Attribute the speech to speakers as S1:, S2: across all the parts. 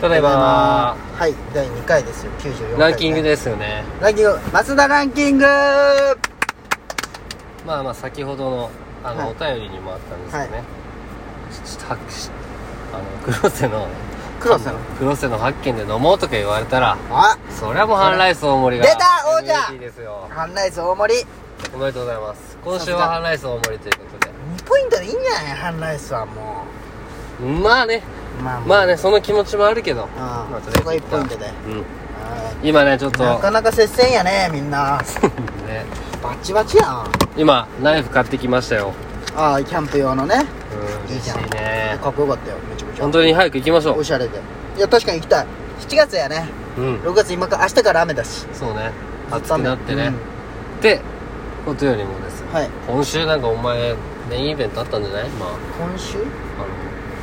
S1: ただいま
S2: はい第2回ですよ94回
S1: ランキング
S2: で
S1: ですよね
S2: ランキング松田ランキング
S1: まあまあ先ほどのあの、
S2: は
S1: お便りにもあったんですけどね、
S2: は
S1: ちょっと拍手あの黒瀬の
S2: 黒瀬の
S1: 黒瀬の発見で飲もうとか言われたら
S2: あ
S1: そりゃもうハンライス大盛りが
S2: 出た王者
S1: MVP ですよ
S2: ハンライス大盛り
S1: おめでとうございます今週
S2: さす
S1: は
S2: が
S1: ハンライス大盛りということで
S2: 2ポイントでいいんじゃないハンライスはも
S1: まあね
S2: うまあ
S1: まあねその気持ちもあるけど、
S2: あ
S1: まあとり
S2: そこ
S1: あ
S2: が
S1: え
S2: 1
S1: ず
S2: ポイントで
S1: うん
S2: は
S1: 今ねちょっ
S2: い
S1: と
S2: なかなか接戦やねみんな
S1: ね
S2: バッチバチやんあ
S1: 今ナイフ買ってきましたよ、
S2: あキャンプ用のね
S1: うん、
S2: いい
S1: 嬉し
S2: じゃん
S1: いね
S2: かっこよかったよめちゃくちゃ
S1: 本当に早く行きましょ
S2: お
S1: う
S2: しゃれでいや確かに行きたい7月やね
S1: うん
S2: 6月今から明日から雨だし
S1: そうね暑くなってね、
S2: うん
S1: ってことよりもですね
S2: はい
S1: 今週なんかお前メインイベントあったんじゃないまあ
S2: 今週
S1: あの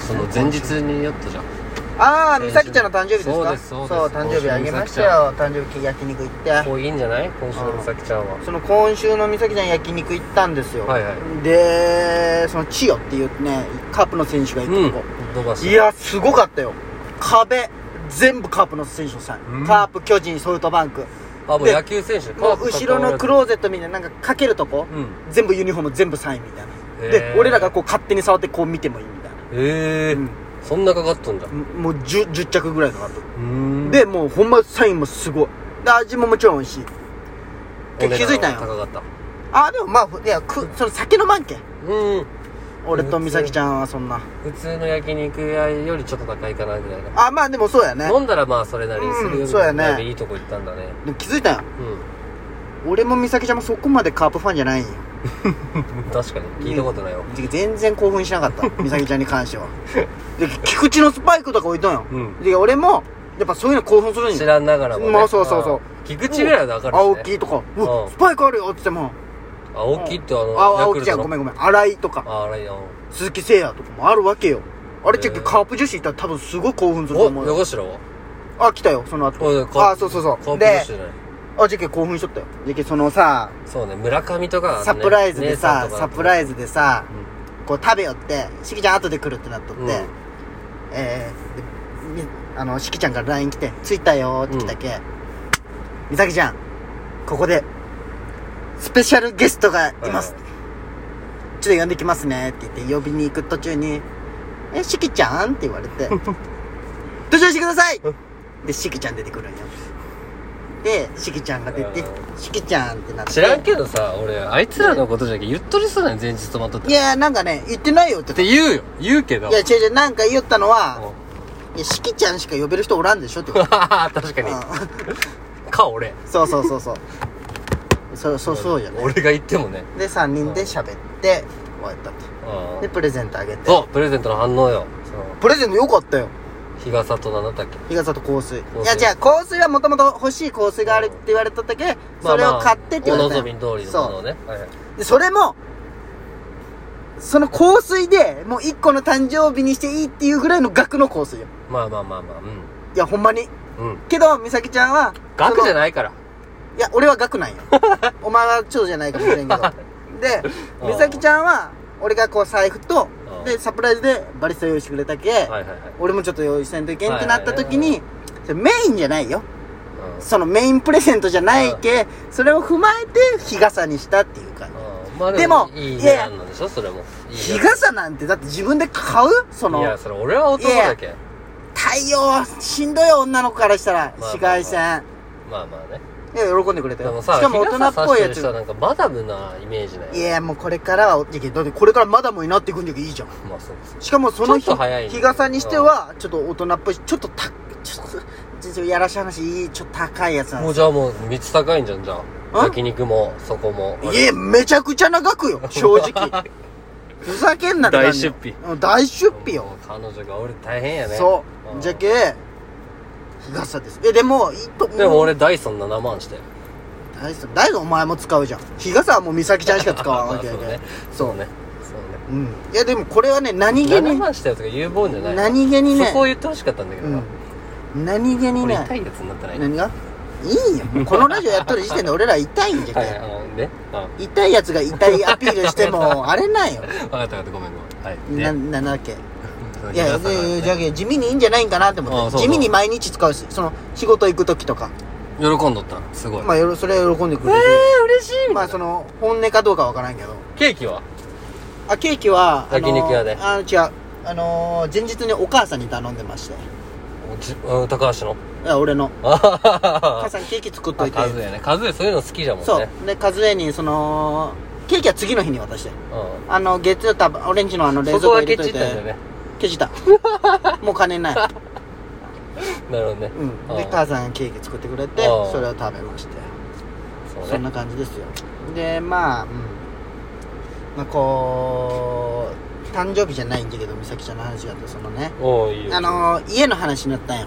S1: その前日にやったじゃん
S2: ああ
S1: 先週
S2: 美咲ちゃんの誕生日ですか
S1: そうですそうです
S2: 誕生日あげましたよ誕生日焼肉行って
S1: こういいんじゃない今週の美咲ちゃんは
S2: その今週の美咲ちゃん焼肉行ったんですよ、
S1: はいは
S2: でそのチヨっていうねカープの選手がい
S1: うん
S2: るとこ、
S1: 伸ばし
S2: いやすごかったよ壁全部カープの選手のサイン、
S1: うん
S2: カープ巨人ソフトバンク
S1: あもう
S2: で
S1: 野球選手
S2: もう後ろのク
S1: ー
S2: ローゼットみたいななんかかけるとこ、
S1: うん
S2: 全部ユニフォーム全部サインみたいな
S1: へ
S2: で
S1: ー
S2: 俺らがこう勝手に触ってこう見てもいいみたいな
S1: ええ
S2: うん
S1: そんなかかっとんじゃんう
S2: もう 10, 10着ぐらいかかった
S1: ーん
S2: でもうほんまサインもすごいで味ももちろん美味しい
S1: お値段
S2: 気づいたん
S1: は高
S2: よ
S1: かっ
S2: あでもまあいやくその酒飲まんけん
S1: たうん
S2: 俺と美咲ちゃんはそんな
S1: 普通の焼肉屋よりちょっと高いかなぐらいな
S2: あまあでもそうやね
S1: 飲んだらまあそれなりにするよ
S2: う
S1: み
S2: んそう
S1: た
S2: や
S1: い
S2: ね
S1: なでいいとこ行ったんだね
S2: でも気づいたよ
S1: う
S2: 俺も美咲ちゃんもそこまでカープファンじゃないんよ
S1: ん確かに聞いたことないよ
S2: で全然興奮しなか った美咲ちゃんに関してはで菊池のスパイクとか置いとんよ、
S1: うん
S2: で俺もやっぱそういうの興奮するん
S1: 知
S2: よ
S1: らんながらもね
S2: まあそうそうそう
S1: あ菊池ぐらいは分かるしね
S2: 青木とか「うわ
S1: うん
S2: スパイクあるよ」っつっても
S1: 青木ってあ
S2: 「
S1: の
S2: あ青木ちゃん
S1: の
S2: ごめんごめん新井」とか
S1: ああれやん
S2: 鈴木誠也とかもあるわけよあれチェッ
S1: へ
S2: ク
S1: ー
S2: カープ女子いたら多分すごい興奮すると
S1: お
S2: 思うよ
S1: 横白は
S2: あ来たよその後
S1: あ
S2: あそうそうそう
S1: カープ
S2: で
S1: 女子じゃない
S2: あチェック興奮しとったよじゃけそのさ
S1: そうね村上とかね
S2: サプライズでさ
S1: 姉んとか
S2: サプライ
S1: ズ
S2: ズでさ
S1: う
S2: こう食べよってしきちゃん後で来るってなっとって、
S1: うん
S2: えーでみあのしきちゃんから LINE 来て「着いたよ」って来たけ、美咲ちゃんここでスペシャルゲストがいます、
S1: はい
S2: ちょっと呼んできますねって言って呼びに行く途中に「えしきちゃん?」って言われ て「登場してください!」でしきちゃん出てくるんよでしきちゃんが出て
S1: う
S2: 「しきちゃん」ってなって
S1: ん知らんけどさ俺あいつらのことじゃけ言っとりそうなんよ前日泊まっとった
S2: い
S1: っ
S2: やなんかね言ってないよって
S1: て言うよ言うけど
S2: いや違う違うなんか言ったのは
S1: う
S2: 「いやしきちゃんしか呼べる人おらんでしょ」って言
S1: ん
S2: わ
S1: 確か
S2: れ
S1: に
S2: てうん
S1: か俺
S2: そうそうそうそうそうそうそうじゃね
S1: 俺が言ってもね
S2: で3人で喋って終わったと
S1: うん
S2: でプレゼントあげて
S1: そうプレゼントの反応よその
S2: プレゼントよかったよ
S1: 日傘と何だったっけ
S2: 日傘と香水い
S1: 水
S2: やじゃあ香水はもともと欲しい香水があるって言われとったけそれを買ってって言われ
S1: お
S2: た
S1: 望
S2: よ
S1: み通りのものをねはいはい
S2: そうでそれもその香水でもう1個の誕生日にしていいっていうぐらいの額の香水よ
S1: まあまあまあまあ
S2: いやほんまに
S1: うんうん
S2: けど美咲ちゃんは
S1: 額じゃ
S2: ない
S1: ないから
S2: いや俺は額 なんよお前は長じゃないかもしれんけどで
S1: うん
S2: 美咲ちゃんは俺がこう財布と
S1: うん
S2: でサプライズでバリスタ用意してくれたけ、
S1: はいはいはい
S2: 俺もちょっと用意せんといけんってなった時
S1: はい
S2: に、それメインじゃないよ
S1: うん
S2: そのメインプレゼントじゃないけ、それを踏まえて日傘にしたっていうか
S1: うんまあで
S2: で
S1: も
S2: も
S1: いい
S2: いや
S1: 値段なんでしょそれもいい
S2: 日
S1: や
S2: 傘なんてだって自分で買うそ
S1: いや
S2: の
S1: それ俺は男だけ
S2: 太陽しんどいよ女の子からしたら
S1: あまあ
S2: 紫外線
S1: まあまあね
S2: いや喜んでくれた
S1: で
S2: よ
S1: もさ
S2: しかも大人っぽい
S1: 日傘差して
S2: や
S1: る
S2: つ
S1: 人はなんかマダムなイメージね
S2: いやもうこれからはおじゃけだってこれからまだもになっていくんじゃけいいじゃん
S1: まあそうです
S2: しかもその
S1: ち
S2: 日
S1: ょっと早いね
S2: 日傘にしてはちょっと大人っぽいしちょっとたちょっと実はやらしい話いいちょっと高いやつなん
S1: も
S2: で
S1: うじゃあもう3つ高いんじゃんじゃあ
S2: ん
S1: 焼肉もそこも
S2: すいえめちゃくちゃ長くよ正直ふざけんなって感じ
S1: 大出
S2: うん大出費よ、
S1: もう彼女が俺大変やね
S2: そうじゃけ日傘ですえでもいいと
S1: でも俺ダイソン7万して
S2: 大丈夫大丈夫お前も使うじゃん日傘はもう美咲ちゃんしか使わんわけや
S1: まあそうね
S2: け
S1: そ
S2: そうう
S1: ねそう
S2: うんいやでもこれはね何
S1: ね
S2: 気
S1: 7
S2: に
S1: 万したやつが言うもんじゃない
S2: 何気にね
S1: そこを言ってほしかったんだけどな
S2: うん何気に
S1: 俺
S2: ね
S1: 痛いやつになってない
S2: 何がいいよもうこのラジオやっとる時点で俺ら痛いんじゃけ、
S1: はいあのねあ
S2: 痛いやつ が痛いアピールしてもあれなんよ
S1: 分かった分かったごめんごめんはい
S2: な
S1: で
S2: なんだっけ
S1: の
S2: いやい
S1: 平
S2: や
S1: 田さんがね
S2: じゃあ地味にいいんじゃないんかなって思って
S1: ああそうそう
S2: 地味に毎日使うしその仕事行く時とか
S1: 喜んどったすごい
S2: まあよろそれは喜んでくれるし、
S1: 嬉しい
S2: まあその本音かどうかわからんけど
S1: ケーキは
S2: あケーキはあの
S1: 焼肉屋で
S2: あの違うあのー前日にお母さんに頼んでまして
S1: おじうん高橋の
S2: いや俺の
S1: あは
S2: お
S1: は
S2: 母
S1: は
S2: さんケーキ作っと
S1: あ
S2: いて
S1: カズエねカズエそういうの好きじゃもんね
S2: そうでカズエにそのケーキは次の日に渡して
S1: う
S2: あの月曜たオレンジのあの
S1: ん
S2: 冷
S1: そ
S2: 蔵
S1: こ
S2: 庫
S1: は
S2: 入
S1: ケ
S2: れと
S1: チっ
S2: い
S1: た
S2: て
S1: んだよね
S2: ケチった もう金ない、
S1: なるほどね
S2: うん、
S1: う
S2: で
S1: ん
S2: 母さんがケーキ作ってくれて
S1: ああ
S2: それを食べまして
S1: そう
S2: そん
S1: ね
S2: な感じですよでまあ、うんまあ、こう誕生日じゃないんだけど美咲ちゃんの話があってそのね
S1: おういいよ
S2: あの家の話になったんよ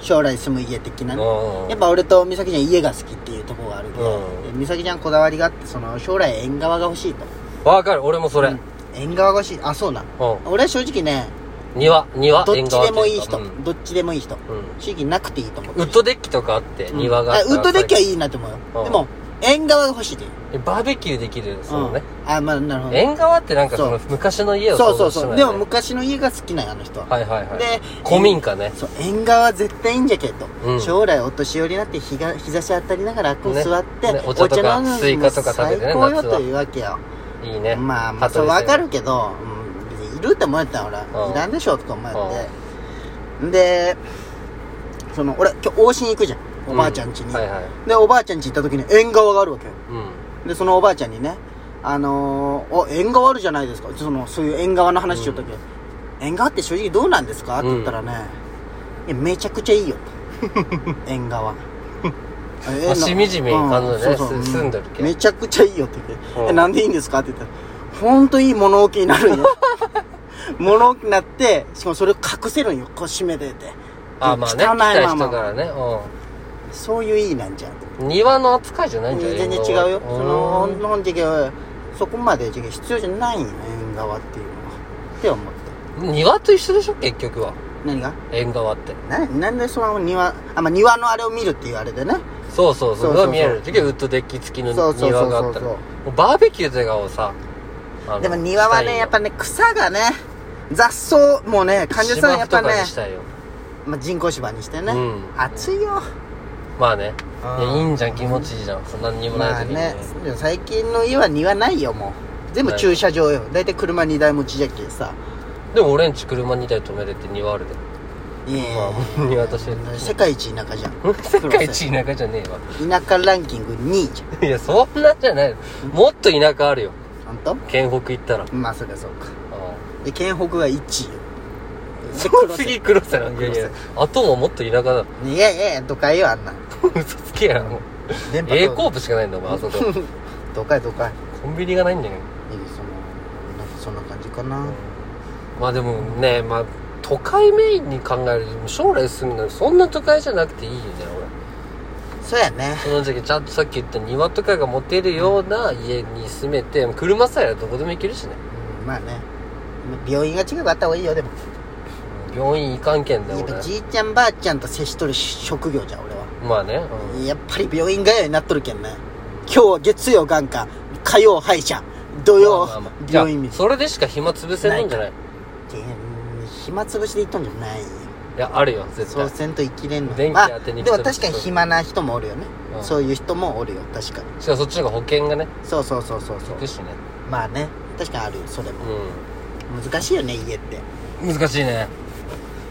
S2: 将来住む家的なね
S1: うんうん
S2: やっぱ俺と美咲ちゃん家が好きっていうところがあるけど、
S1: うん
S2: で美咲ちゃんこだわりがあってその将来縁側が欲しいと
S1: わかる俺もそれ
S2: う
S1: うん
S2: 縁側が欲しいあそうなん
S1: ん
S2: 俺は正直ね
S1: 庭庭
S2: どっ
S1: 縁
S2: ち
S1: 側
S2: でもいい
S1: って
S2: 人、
S1: うか
S2: どっちでもいい人
S1: うんうん
S2: 正直なくていいと思って
S1: ウ
S2: る
S1: ッドデッキとかあって
S2: うん
S1: 庭があ
S2: あ
S1: ったら
S2: ウッドデッキはいいなと思う
S1: うん
S2: よでも縁側が欲しいで
S1: えバーベキューできるそのね
S2: ん、あまあなるほど
S1: 縁側ってなんかその昔の家を
S2: そうそ
S1: 想像
S2: う
S1: して
S2: そう
S1: もら
S2: で
S1: え
S2: も
S1: るね
S2: 昔の家が好きなんやあの人は、
S1: はいはいはい
S2: で
S1: 古民家ね
S2: そう縁側は絶対いいんじゃけど、
S1: うん
S2: 将来お年寄りになって日が日差し当たりながらこう
S1: ね
S2: 座って、
S1: ねお茶とか
S2: 飲む
S1: スイカとか食べてね
S2: 最高よ
S1: 夏は
S2: というわけよ、
S1: いいね
S2: まあまあ
S1: 鳩
S2: そ
S1: ですよ
S2: れ分かるけど、うん、別にいるって思えたら俺
S1: うん
S2: いらんでしょとか思えてでその俺今日往診行くじゃんおばあちゃん家に、
S1: うはいはい
S2: でおばあちゃん家行った時に縁側があるわけよ
S1: うん
S2: でそのおばあちゃんにね「あのー、お縁側あるじゃないですか」そのそういう縁側の話しよったけ、縁側って正直どうなんですか?」って言ったらね、いや「めちゃくちゃいいよ」と 縁側え
S1: まあしみじみ感じでね
S2: そうそう
S1: す住んでるけど
S2: めちゃくちゃいいよって言って「
S1: うん
S2: えなんでいいんですか?」って言ったら「ほんといい物置になるんよ」 物置になってしかもそれを隠せるんよこう閉めてて
S1: あまあね来
S2: 汚いまあ
S1: た
S2: まあ
S1: 人からね
S2: そういういいなんじゃん
S1: うん庭の扱いじゃないんじゃない
S2: 全然違うよ
S1: ん
S2: その日本的はそこまで違う必要じゃないんよ縁側っていうのはって思って
S1: 庭と一緒でしょ結局は
S2: 何が
S1: 縁側って
S2: ななんでその庭あ、まあ、庭のあれを見るっていうあれでね
S1: そうそう
S2: そ
S1: そうう
S2: そうそう
S1: が見える時はウッドデッキ付きの
S2: そうそうそ
S1: 庭
S2: う
S1: があ
S2: そ
S1: っ
S2: う
S1: たら
S2: そ
S1: もうバーベキューとかをさあの
S2: うでも庭
S1: し
S2: は
S1: たい
S2: ね
S1: よ
S2: やっぱね草がね雑草もうね患者さんやっ
S1: 芝生と
S2: ぱね
S1: かにしたいよ
S2: まあ、人工芝にしてね、
S1: うん
S2: 暑いよ
S1: まあね
S2: あ
S1: い
S2: ー
S1: やいいんじゃん気持ちいいじゃんそんなにも
S2: ま
S1: な
S2: あ
S1: い時に
S2: ねでも最近の家は庭ないよもう全部駐車場よ大体車2台持ちじゃっけさ
S1: でも俺んち車2台止めれて庭あるで
S2: いやい
S1: ま
S2: や
S1: あ
S2: い
S1: もう庭としてる
S2: や世界一田舎じゃん
S1: 世界一田舎じゃねえわ
S2: 田舎ランキング2位じゃん
S1: いやそんなんじゃないもっと田舎あるよ
S2: 本当
S1: 県北行ったら
S2: まあそりゃそうか
S1: あ
S2: で県北が1位よ
S1: その次黒瀬なんかいやいや
S2: 黒
S1: あとももっと田舎だ
S2: いやいやいや都会よあんな
S1: 嘘つけやもう
S2: 電波
S1: A コープしかないんだもんあそこ
S2: 都会都会い
S1: コンビニがないんだよ
S2: いそのなんかそんな感じかな、
S1: まあでもねまあ都会メインに考える将来住むのにそんな都会じゃなくていいんだよ俺
S2: そうやね
S1: その時ちゃんとさっき言った庭とかが持てるような家に住めて車さえあればどこでも行けるしね
S2: うんまあね病院が近くあった方がいいよでも
S1: 病院行かんけんだ
S2: や
S1: よ
S2: っぱ
S1: 俺
S2: じいちゃんばあちゃんと接しとる職業じゃん俺は
S1: まあね、
S2: やっぱり病院通いになっとるけんね今日は月曜眼科火曜歯医者土
S1: ま
S2: 曜
S1: あまあまあ
S2: 病院見
S1: いや
S2: る
S1: それでしか暇潰せないんじゃない
S2: でうん暇つぶしで行っとんじゃないよ
S1: いやあるよ絶
S2: そう
S1: 対
S2: せんと生きれんの
S1: 電気当てに来
S2: で
S1: た
S2: も
S1: り
S2: 確かに暇な人もおるよね、
S1: うん
S2: そういう人もおるよ確かに
S1: しかもそっちの方が保険がね
S2: そうそうそうそうそ
S1: 効
S2: う
S1: くしね
S2: まあね確かにあるよそれも
S1: う
S2: 難しいよね家って、
S1: ん難しいね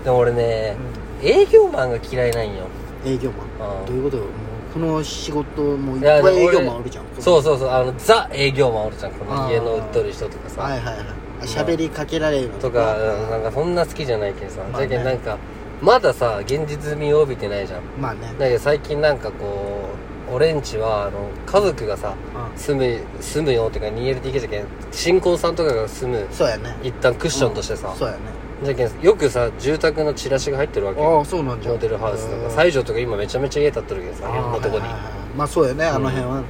S1: でも俺ね、営業マンが嫌いなんよ
S2: 営業
S1: う
S2: マン
S1: ん
S2: どういうことよもうこの仕事もういっ
S1: いや
S2: ぱい営
S1: 俺
S2: 業マンおるじゃん
S1: そうそうそうあのザ営業マンおるじゃんこ
S2: あ
S1: の
S2: ー
S1: 家の売っとる人とかさ、
S2: はいはいはいあ喋りかけられるの
S1: とかなんかそんな好きじゃないけどさ、
S2: まあ
S1: じ
S2: ね
S1: ゃけんなんかまださ現実味を帯びてないじゃん
S2: まあね
S1: だけど最近なんかこう俺んちはあの家族がさ住む住むよってか 2LDK じゃけん新婚さんとかが住む
S2: うんそうやね
S1: 一旦クッションとしてさ、
S2: そうやね
S1: じゃけんよくさ住宅のチラシが入ってるわけよ
S2: ああそうなんじゃ
S1: モデルハウスと
S2: うん
S1: か西条とか今めちゃめちゃ家建ってるけどさ
S2: あ
S1: いろんなとこに
S2: はいはいはいまあそうやねあの辺は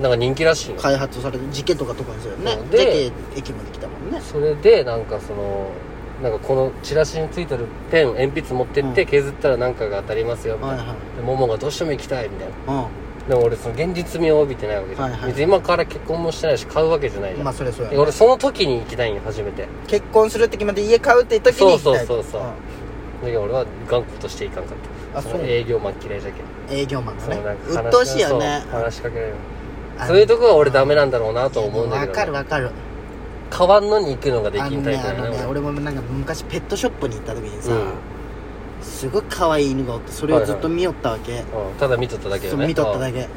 S1: なんか人気らしいよ
S2: 開発されて事件とか特にそうよね
S1: うん
S2: で
S1: で
S2: 駅まで来たもんね
S1: それでなんかそのなんかこのチラシについてるペン鉛筆持ってって削ったらなんかが当たりますよみたいな
S2: はいはい
S1: でモモがどうしても行きたいみたいな
S2: うん
S1: でも俺その現実味を帯びてないわけじゃん、
S2: はいはい
S1: 別に今から結婚もしてないし買うわけじゃないじゃん、
S2: まあそれはそうや
S1: で俺その時に行きたいんよ初めてだ
S2: 結婚するって決まって家買うって時に行きたい
S1: そうそうそうそうけど俺は頑固としていかんかった
S2: あそう
S1: の営業マン嫌いじゃけん
S2: うん営業マンが
S1: そう
S2: ね
S1: なんか話
S2: 鬱陶しいよね
S1: そう話しかけられる
S2: あの
S1: そういうとこは俺ダメなんだろうなと思うんだけ
S2: わ
S1: ど
S2: かるわかる
S1: 変わんのに行くのがで
S2: あ
S1: き
S2: の
S1: んタイ
S2: ね
S1: プ
S2: あ
S1: だ
S2: の
S1: よ
S2: ね
S1: ね
S2: 俺もなんか昔ペットショップに行った時にさ、
S1: うん
S2: すごい可愛い犬がおってそれをずっと見よったわけ、
S1: うんただ見とっただけ
S2: そ
S1: よ
S2: う
S1: ね
S2: 見とっただけ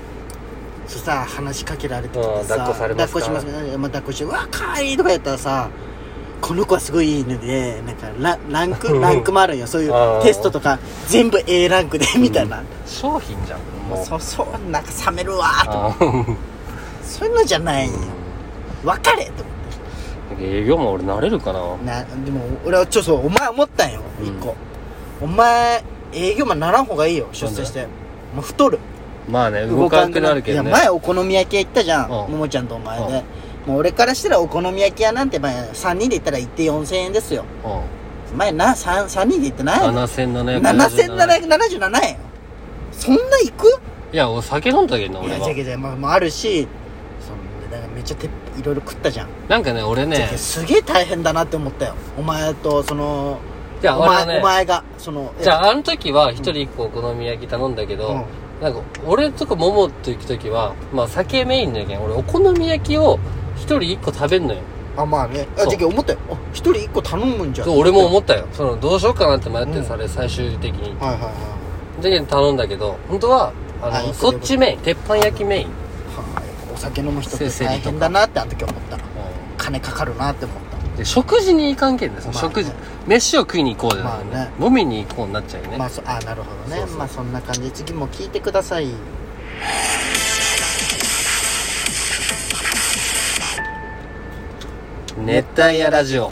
S2: そしたら話しかけられてきて
S1: うん
S2: さ
S1: 抱っこされますか
S2: 抱っこしますか、まあ、抱っこして「うわ可愛いとかやったらさこの子はすごいいい犬でなんかララン
S1: う
S2: ク
S1: ん
S2: ランクもあるんよそういう
S1: あー
S2: テストとか全部 A ランクでみたいな、
S1: うん商品じゃん
S2: も
S1: も
S2: う
S1: う
S2: そそうなんか冷めるわーと
S1: あー
S2: そういうのじゃないんよ別れと
S1: 営業マン俺なれるかな
S2: なでも俺はちょっとお前思ったんよ
S1: うん
S2: 一個、お前営業マンならん方がいいよ出世してもう太る
S1: まあね動かんくなるけどね
S2: いや前お好み焼き屋行ったじゃん、
S1: うん
S2: ももちゃんとお前で、
S1: うん
S2: もう俺からしたらお好み焼き屋なんて、まあ、3人で行ったら行って4000円ですよ
S1: うん
S2: 前な 3, 3人で行ってない
S1: 7777
S2: 7777円よそんな行く
S1: いやお酒飲んだけどない俺
S2: や
S1: は
S2: じゃけじゃまあ、もうあるしそんでだからめっちゃていろいろ食ったじゃん、
S1: なんかね俺
S2: じゃ
S1: ね
S2: けすげえ大変だなって思ったよお前とその
S1: じゃあ
S2: お
S1: 俺は
S2: 前,、
S1: ね
S2: お前がその
S1: じゃああの時は一人一個お好み焼き頼んだけど、
S2: うん
S1: なんか俺とかももと行く時はまあ酒メインだけど俺お好み焼きを一人一個食べんのよ
S2: あまあねあ
S1: そう
S2: じゃけ思ったよあ一人一個頼むんじゃん
S1: そう俺も思ったよそのどうしようかなって迷って
S2: うん
S1: それ最終的に
S2: はいはいはい
S1: じゃけん頼んだけど本当はあ
S2: あい
S1: の
S2: い子
S1: そっちメイン鉄板焼きメイン
S2: はいお酒飲む人って
S1: せいせ
S2: 大
S1: いとか
S2: 変だなってあの時思った金かかるなって思っ
S1: で食事に行かんけんねその
S2: まあね
S1: 食事飯を食いに行こうじゃなくて
S2: まあ
S1: ね
S2: ね
S1: 飲みに行こうになっちゃうよ
S2: た
S1: ね
S2: まあそあなるほどね
S1: そうそう
S2: まあそんな感じで次も聞いてください
S1: 熱帯夜ラジオ